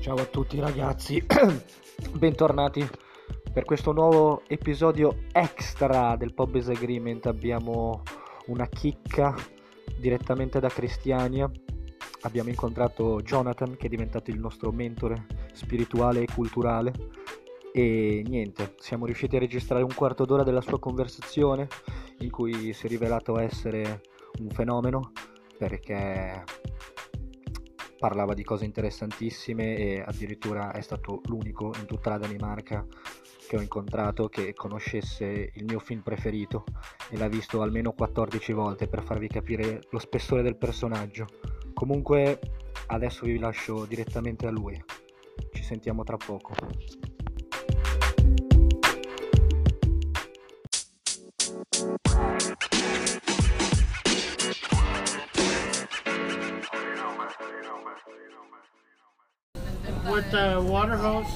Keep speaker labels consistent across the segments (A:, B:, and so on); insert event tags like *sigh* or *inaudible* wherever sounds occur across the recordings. A: Ciao a tutti ragazzi, *clears throat* bentornati per questo nuovo episodio extra del Pobes Agreement. Abbiamo una chicca direttamente da Cristiania. Abbiamo incontrato Jonathan che è diventato il nostro mentore spirituale e culturale e niente, siamo riusciti a registrare un quarto d'ora della sua conversazione in cui si è rivelato essere un fenomeno perché parlava di cose interessantissime e addirittura è stato l'unico in tutta la Danimarca che ho incontrato che conoscesse il mio film preferito e l'ha visto almeno 14 volte per farvi capire lo spessore del personaggio. Comunque adesso vi lascio direttamente a lui. Ci sentiamo tra poco.
B: with the water hose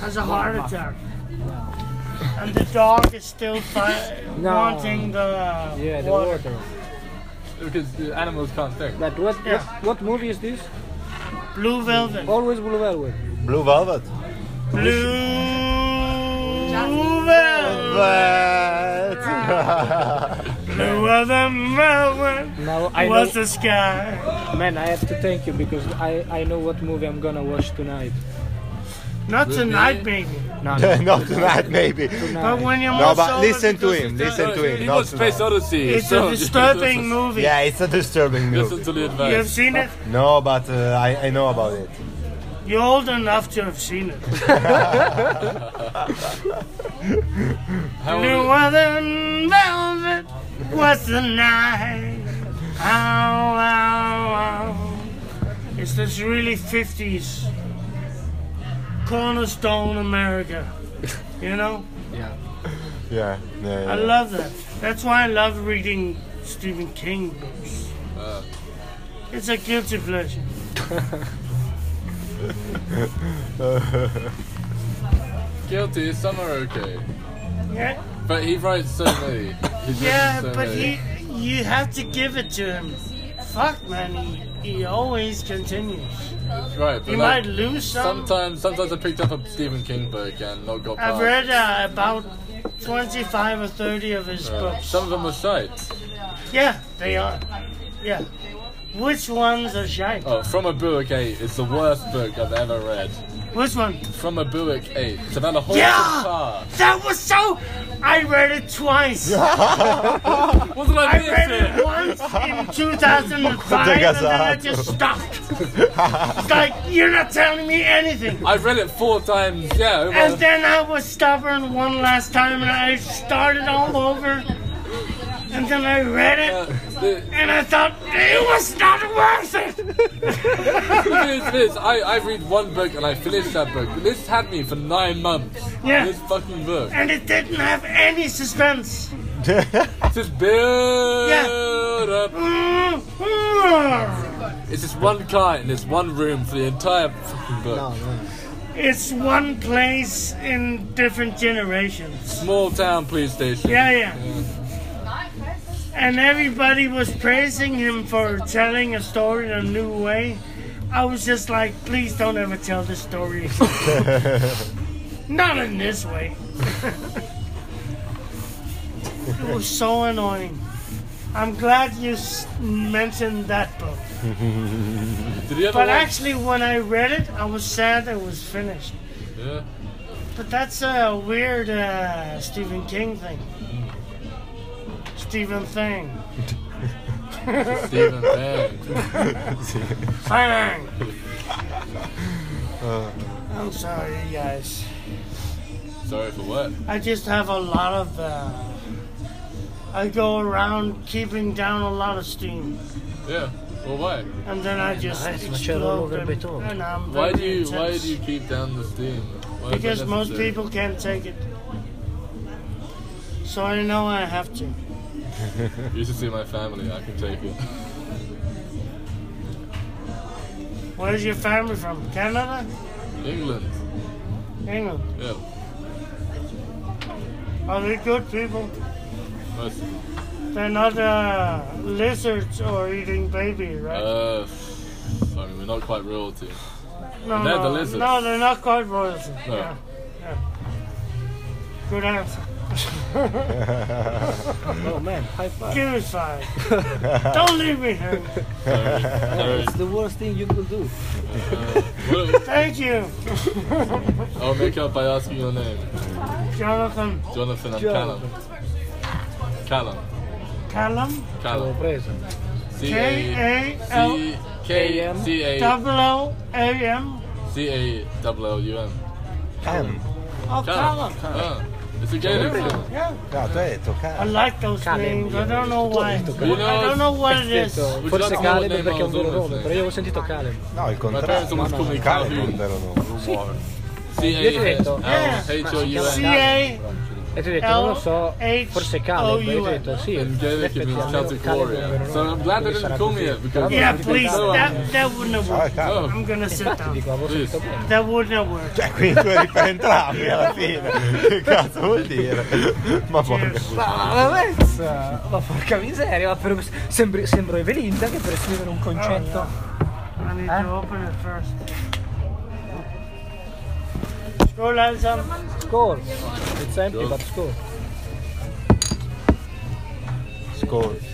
B: has a heart attack. And the dog is still fi- wanting the
C: Yeah, the
B: water.
C: water.
D: Because the animals can't think.
C: But what,
B: Yeah.
C: what what movie is this?
B: Blue velvet.
C: Always Blue Velvet.
E: Blue Velvet.
B: Blue velvet. Blue as a velvet
C: Now I know,
B: was the sky.
C: man. I have to thank you because I I know what movie I'm gonna watch tonight.
B: Not tonight, baby.
C: No, no,
E: *laughs* Not tonight, maybe.
B: But
C: tonight.
B: when you're
E: No,
B: more
E: but
B: sober
E: listen to
B: because
E: him.
B: it's
E: Listen
B: a-
E: to him.
D: He
E: Not
D: was Space
E: tonight.
D: Odyssey.
B: It's
D: so
B: a
C: *laughs*
D: *laughs*
B: disturbing movie.
E: Yeah, it's a disturbing
D: Listen
E: movie.
D: to the
B: You have
D: advice.
B: seen it?
E: No, but uh, I, I know about it.
B: You're old enough to have seen it.
D: How
B: Blue
D: old,
B: other velvet was the night. Ow, ow, ow. Is this really 50s? Cornerstone America. You know?
E: Yeah. yeah,
B: I
E: yeah.
B: love that. That's why I love reading Stephen King books.
D: Uh.
B: It's a guilty pleasure.
D: guilty, some are okay.
B: Yeah,
D: But he writes so many. He's written
B: yeah
D: so
B: but
D: many.
B: he, you have to give it to him. Fuck, man, he, he always continues.
D: Right, but
B: You
D: like,
B: might lose some.
D: sometimes, sometimes I picked up a Stephen King book and not got
B: I've
D: past.
B: read uh, about 25 or 30 of his
D: Uh,
B: books.
D: Some of them were shite.
B: Yeah, they are. Yeah. Which ones are shite?
D: Oh, From a Buick 8 is the worst book I've ever read.
B: Which one?
D: From a Buick 8. It's about a horse
B: Yeah!
D: and car.
B: That was so. I read it twice.
D: Wasn't I
B: I read
D: missing
B: it
D: it?
B: once in 2005, and then I just stopped. It's like you're not telling me anything.
D: I've read it four times. Yeah.
B: And
D: Well,
B: then I was stubborn one last time, and I started all over. And then I read
D: uh,
B: it,
D: *laughs* the-
B: and I thought it was not worth it.
D: Liz, Liz, I, I read one book and I finished that book. Liz had me for nine months.
B: Yeah.
D: This fucking book.
B: and it didn't have any suspense.
D: It's just build up.
B: It's
D: It's just one car in this one room for the entire fucking book.
B: one place in different generations.
D: Small town police station.
B: Yeah, yeah. And everybody was praising him for telling a story in a new way. I was just like, please don't ever tell this story. Not in this way. it was so annoying. I'm glad you s- mentioned that book.
D: Did you ever
B: But
D: watch?
B: actually, when I read it, I was sad it was finished.
D: Yeah.
B: But that's a weird uh, Stephen King thing. Stephen thing.
D: Stephen Fang.
B: Fang! I'm sorry, guys.
D: Sorry for what?
B: I just have a lot of. Uh, I go around keeping down a lot of steam,
D: Yeah. Well, why?
B: and then I just
A: Nice, ma c'era
B: explode.
A: l'olore
B: them,
A: betone.
B: And I'm
D: Why do
B: very
D: you Why
B: intense.
D: do you keep down the steam? Why is that
B: Because most
D: necessary?
B: people can't take it. So I know I have to.
D: You should see my family. I can take it.
B: Where's your family from? Canada?
D: England.
B: England?
D: Yeah.
B: Are they good people?
D: Most.
B: They're not uh, lizards or eating baby, right?
D: Uh. I mean, we're not quite royalty.
B: No,
D: They're
B: no,
D: the lizards.
B: No, they're not called royals.
D: No.
B: Yeah. yeah. Good answer.
C: Oh man, high five.
B: Give it five. Don't leave me here.
D: Sorry.
C: It's the worst thing you could do.
D: We'll-
B: Thank you,
D: I'll make up by asking your name.
B: Jonathan
D: Jonathan and Callum.
C: Jonathan.
D: Callum.
B: Callum.
D: Callum.
C: Present.
D: C A
B: K A L
D: C K C A
B: double O A M.
D: C A double L U M.
E: M.
B: Oh, Callum.
D: Ah, It's a Gaelic thing.
B: Yeah.
E: Ja, dat heet toch
B: I
E: Callum.
B: like those names. I don't know why.
D: You know,
B: I don't know what it is.
D: Would you like
C: Forse
D: to know what
C: Caleb
D: name
C: perché è
D: I
C: un
D: was
C: vero
D: always
C: nome,
D: named?
C: però io avevo sentito Caleb.
E: No, il
D: My
E: contrario.
D: parents always called me
E: Callum
D: Calhoun.
E: erano.
D: C
C: Io ti ho
D: A
C: detto.
D: L H O U
B: C
D: M.
B: A
C: E ti ho detto, non lo so, forse Caleb. E io ti ho detto, sì,
D: In Gaelic it means
C: effettivamente
D: Celtic
C: Caleb è un
D: warrior.
C: vero
D: So I'm
C: nome.
D: glad they
C: Quindi sarà
D: didn't call me
C: così.
D: it because.
B: Yeah, please.
D: So,
B: That that wouldn't have
E: Ah,
B: worked.
E: Callum.
D: Oh,
B: I'm gonna sit
C: Ti
B: down.
C: dico, "Ah, avevo
D: Please.
C: sentito bene.
B: That wouldn't have worked.
E: Cioè, quindi tu eri per entrambi alla
D: *laughs*
E: fine. Che cazzo vuol dire? Ma porca
B: Cheers.
E: puttana.
C: Ah, Ma pensa, ma porca miseria, ma per, sembri, sembro Evelinda che per scrivere un concetto...
B: Ah, I need to open it first. Scroll down some.
C: Score! It's empty but score.
E: Score.
D: *laughs*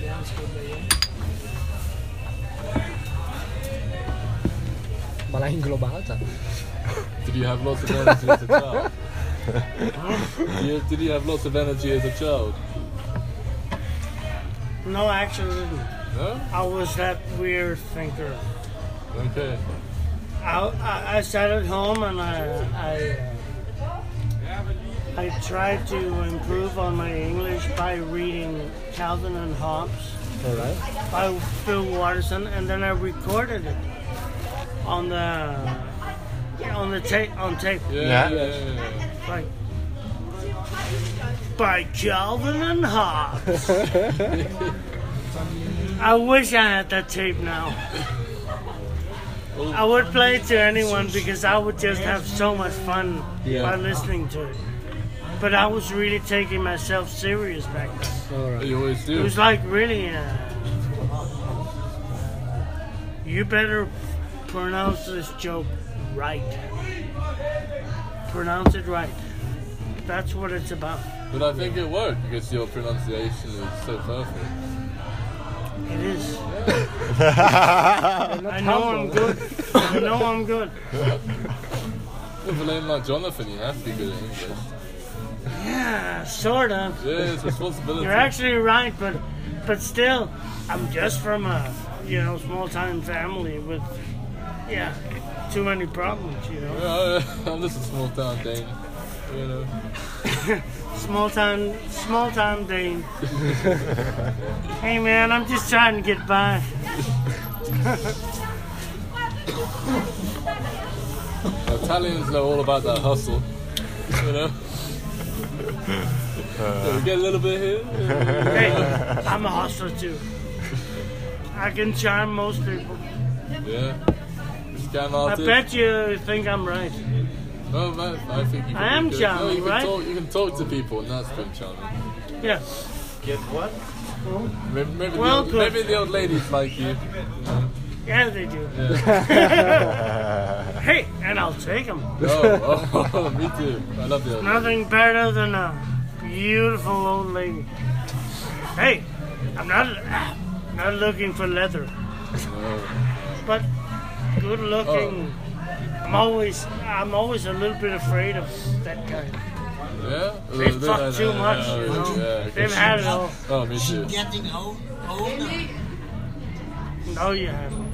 C: Ma l'hai inglobata?
D: Did you have lots of energy as
B: *laughs*
D: a child? You- Did you have lots of energy as a child?
B: No, actually, I didn't.
D: No?
B: I was that weird thinker.
D: Okay.
B: I, I, I sat at home and I, I, I tried to improve on my English by reading Calvin and Hobbes
C: Alright.
B: by Phil Watterson, and then I recorded it on the on the tape on tape.
D: Yeah, yeah,
E: Yeah.
D: yeah. yeah.
B: Right. By Calvin and Hobbes. I wish I had that tape now. I would play it to anyone because I would just have so much fun
D: Yeah.
B: by listening to it. But I was really taking myself serious back then.
C: Alright.
D: You always
B: It
D: do.
B: was like really. Uh, you better pronounce this joke right. Pronounce it right. That's what it's about.
D: But I think it worked because your pronunciation is so perfect.
B: It is. I know I'm good. I know I'm good. *clears throat*
D: With a name like Jonathan, you have to be good at English.
B: Yeah, sorta.
D: Yeah, it's responsibility.
B: You're actually right, but but still, I'm just from a you know small town family with yeah too many problems. You know.
D: Yeah, Uh, I'm just a small town Dane. You know.
B: Small time, small time Dane. hey man, I'm just trying to get by.
D: Italians know all about that hustle. You know. So we get a little bit here.
B: Hey, I'm a hustler too. I can charm most people.
D: Yeah. This guy
B: I
D: Martin.
B: bet you think I'm right.
D: No, Oh, man, I think you can
B: I am
D: be good. no,
B: charming,
D: you can
B: right?
D: Talk, you can talk to people, and that's been charming.
B: Yeah.
D: Maybe, maybe, the,
B: Well,
D: old,
B: good.
D: maybe the old ladies like you.
B: Yeah, they do. *laughs* hey, and I'll take them.
D: Oh, oh, *laughs* me too. I love the old ladies.
B: Nothing better than a beautiful old lady. Hey, I'm not ah, not looking for leather, but good looking. I'm always I'm always a little bit afraid of that kind.
D: Yeah? Oh,
B: They fuck too much,
D: Yeah,
B: you
D: yeah,
B: know.
D: okay.
B: They've had it all.
D: Oh, me too.
B: No, you haven't.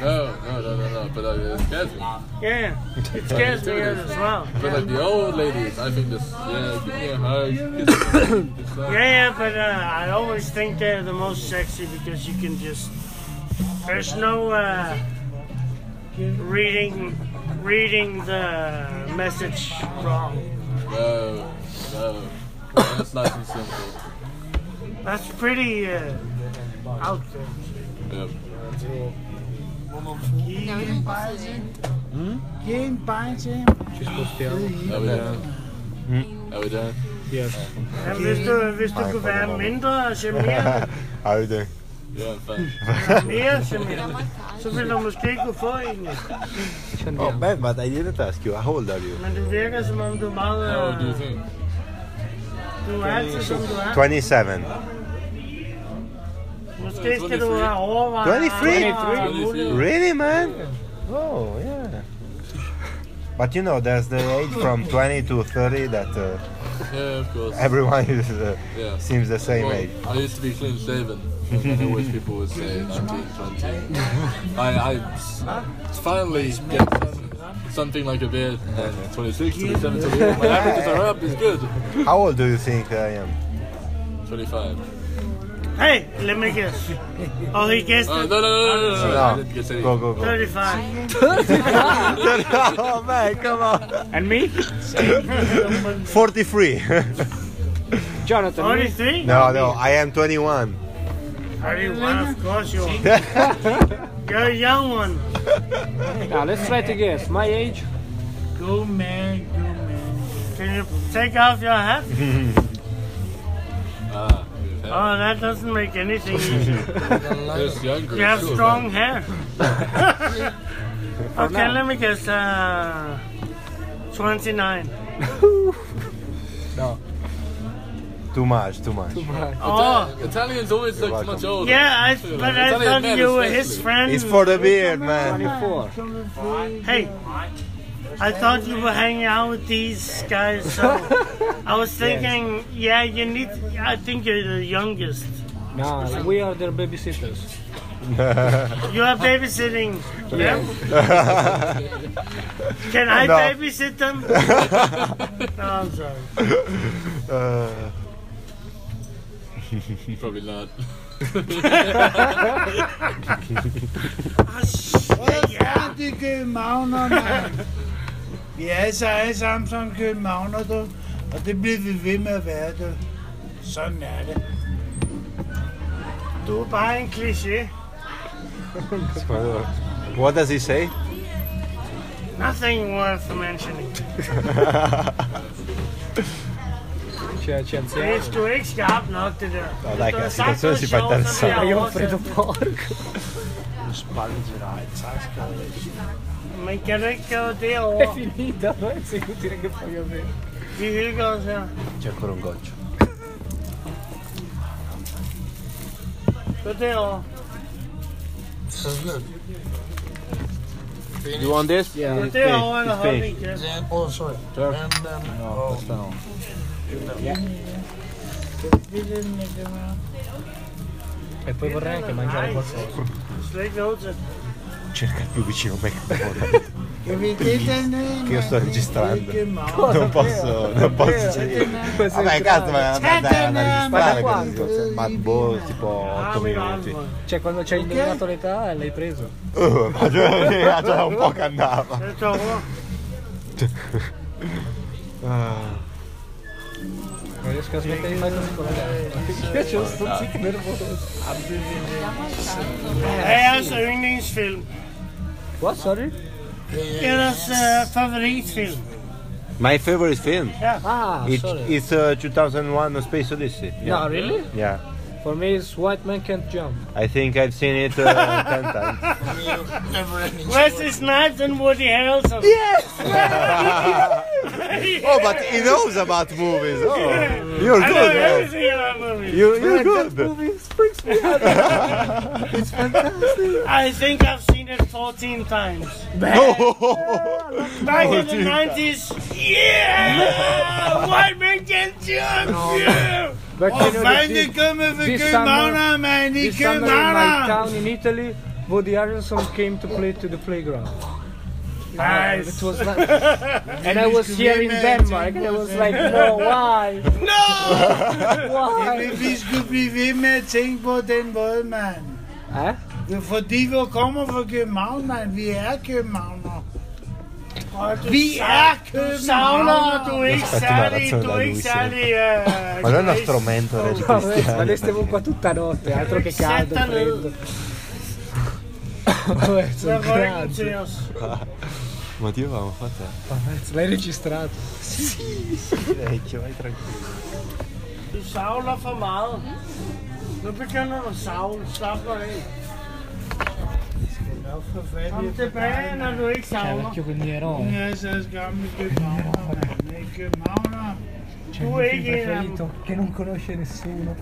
D: No, no, no, no, no. But uh, it scares me.
B: Yeah, it scares me out as well.
D: But like the old ladies, I think this. Yeah, give me a hug. kiss me, kiss
B: Yeah,
D: that.
B: yeah, but uh, I always think they're the most sexy because you can just. There's no uh, reading reading the message wrong.
D: No, no. That's nice and simple.
B: That's pretty uh, out there.
D: Yeah.
C: Ci spostiamo.
D: Are we done? Are we done?
C: Yes.
B: Men hvis du, hvis du kunne være mindre og charmerende,
E: Houder.
D: Yeah. Jag är en fan.
B: *laughs* Mere, Samir. Så vil du måske kunne få en. ja.
C: Ci
E: Oh,
C: andiamo.
E: man, but I didn't ask you. How old are you?
B: Men du virker som om du er meget...
D: How do you
B: øh,
D: think?
B: Du er altid som du er.
E: 27.
B: Måske skal du øh, overveje...
E: 23?
B: er
D: 23.
E: Really, man? Oh, yeah. But you know, there's the age *laughs* from 20 to 30 that uh,
D: Yeah, of course.
E: everyone is, uh,
D: Yeah.
E: seems the same
D: Well,
E: age.
D: I used to be clean shaven. and I always people would say 19, 20. I, I s- finally get something like a beard. And 26, 27, 28. My averages are up. It's good.
E: How old do you think I am?
D: 25.
B: Hey, let me guess. Oh, he guessed
D: Uh, no,
B: it.
D: no, no, no, no, no. I didn't get any.
E: Go, go, go.
B: 35.
E: *laughs* oh, man, come on.
C: And me?
E: 43.
C: Jonathan. me?
B: 43?
E: *laughs* no, no, I am 21.
B: 31, of course you are.
E: *laughs*
B: You're a young one.
C: Now ah, let's try to guess. My age?
B: Go man, go man. Can you take off your
E: *laughs*
B: hat?
D: Ah, yeah.
B: Oh, that doesn't make anything
E: *laughs*
B: easier.
D: There's younger.
B: You have
D: too,
B: strong hair.
D: man.
B: *laughs* okay, let me guess. Uh, 29.
E: Too much, too much.
B: Oh,
D: Italians always look
E: welcome.
D: much older.
B: yeah, I, but I
D: Italian
B: thought
D: men
B: you were his
D: especially.
B: friend.
E: It's for the beard, man.
A: 24.
B: Hey, I thought you were hanging out with these guys, so I was thinking, yeah, you need. I think you're the youngest.
A: No, we are their babysitters.
B: You are babysitting. Yeah. Can I
E: No.
B: babysit them? no, I'm sorry.
E: Uh,
D: Probably not.
F: Ja, det er københavner, mand. Vi er altså alle sammen som københavner, du. Og det bliver vi ved med at være, du. Sådan er det.
B: Du er bare en kliché.
E: what does he say? *laughs*
B: Nothing worth mentioning.
C: C'è, c'è anziano.
B: Det er sgu ikke skarpt nok, det der. Hvis
E: er ikke-
B: du havde
E: altså,
B: sagt
E: jeg synes,
B: noget
E: I bare
B: sjovt, så
E: danser.
B: ville jeg
C: Io
B: oversætte.
C: Alfredo Porco. *laughs*
B: Men kan du ikke gå
C: È
B: derover?
C: finita, no? È inutile che fai a me.
B: Vi hygger os her.
E: C'è ancora un goccio.
B: Gå derover.
E: You want this? Yeah.
B: Gå derover eller hold din kæft.
C: E poi vorrei anche mangiare qualcosa.
B: Slet ikke noget til.
E: Cerca il più vicino *laughs* microfono.
F: Kan vi det dernede,
E: Che io sto registrando.
F: København.
E: Non posso, non posso. Vabbè, cazzo, ma dai, dai,
F: Ma da
E: analizzare
F: quanto?
E: così. Ma boh, tipo 8 minuti.
C: Cioè, quando ci hai indovinato l'età, l'hai preso.
E: Uh, *laughs* ma già già da un po' che andava.
B: Jeg tager over.
E: Ah,
C: Non riesco a smettere di fare così con la testa. Io c'ho sto zitto nervoso.
B: Hvad er jeres yndlingsfilm?
C: What, sorry?
B: Ellers uh, favoritfilm?
E: My favorite film,
C: Ah,
E: it,
C: sorry.
E: it's uh, 2001 A Space Odyssey.
C: No, really?
E: Yeah,
C: For me it's White Man Can't Jump.
E: I think I've seen it uh, 10 *laughs* times.
B: Wesley Snipes and Woody Harrelson. Yes!
E: Oh, but he knows about movies. *laughs* Oh, you're
B: I know
E: good. man.
B: everything about movies.
E: You, you're good. *laughs*
B: I think I've seen it 14 times. Back in the 90s, yeah! White man can jump, yeah!
E: Oh,
C: But
F: Åh,
C: you know that
F: fanden,
C: this,
F: det kommer fra
C: this
F: københavner, mand. I
C: this summer in my
F: københavner.
C: town in Italy, Woody Harrelson came to play to the playground.
B: Nice.
C: It was like, and I was here in Denmark, and I was like, no, why? No! why?
F: Men vi skulle blive ved med at tænke på den måde, mand.
C: Eh?
F: Det er fordi, vi kommer fra København, mand. Vi er københavner. Vi er
B: Du savner, du
F: københavner.
B: er ikke
E: Aspetta
B: særlig, du
E: una razzone da
B: er ikke
E: Luis.
B: særlig... øh,
E: Ma non è uno strumento del
C: Vabbè,
E: cristiano.
C: ma noi stiamo qua tutta notte, altro che caldo,
B: Senta, no.
C: freddo. Vabbè, sono
B: Hvad var det
C: grandi.
B: til os?
E: Ma ti avevamo fatto?
C: Vabbè, L'hai registrato.
E: Vecchio, vai tranquillo.
B: Du savner for meget. Nu begynder du at savle. Slap dig af.
F: Nå, for fanden.
B: Kom tilbage, når du ikke savner.
F: Hun er så gammel københavner, mand. Ikke københavner.
B: Du er ikke en af dem.
C: che non conosce nessuno.